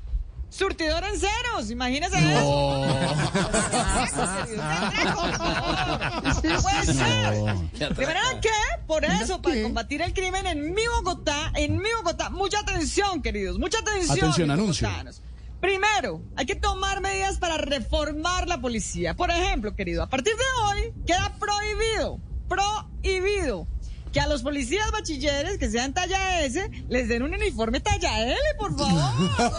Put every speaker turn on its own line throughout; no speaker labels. Surtidor en ceros, imagínese eso.
No.
No puede ser. De manera que, por eso, para combatir el crimen en mi Bogotá, en mi Bogotá, mucha atención, queridos, mucha atención.
Atención,
mis
anuncio.
bogotanos. Primero, hay que tomar medidas para reformar la policía. Por ejemplo, querido, a partir de hoy queda prohibido, prohibido. Que a los policías bachilleres que sean talla S les den un uniforme talla L, por favor.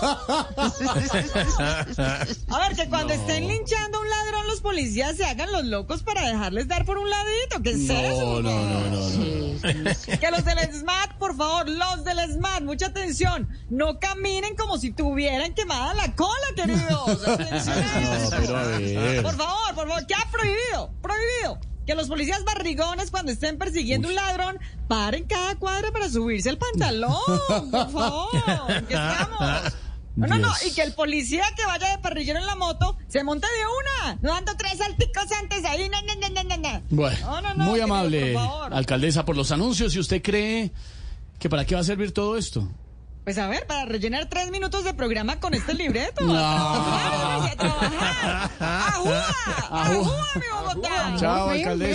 A ver, que cuando estén linchando a un ladrón, los policías se hagan los locos para dejarles dar por un ladito. ¿Qué es
No, no,
eso?
no, no, no.
Que los del SMAT, por favor, los del SMAT, mucha atención. No caminen como si tuvieran quemada la cola, queridos. Atención a
No,
eso.
pero a ver.
Por favor, por favor, que ha prohibido, prohibido. Que los policías barrigones, cuando estén persiguiendo un ladrón, paren cada cuadra para subirse el pantalón. Por favor, que estamos. No, no, no,
Dios.
y que el policía que vaya de parrillero en la moto se monte de una, no dando tres salticos antes ahí, na, na, na, na, na, na.
Bueno,
No, no, no,
muy
querido,
amable,
por favor.
alcaldesa, por los anuncios. ¿Y usted cree que para qué va a servir todo esto?
Pues a ver, para rellenar tres minutos de programa con este libreto.
No.
A trabajar, a trabajar. ¡Ajúa! ¡Ajúa, mi Bogotá!
Chao, alcaldesa.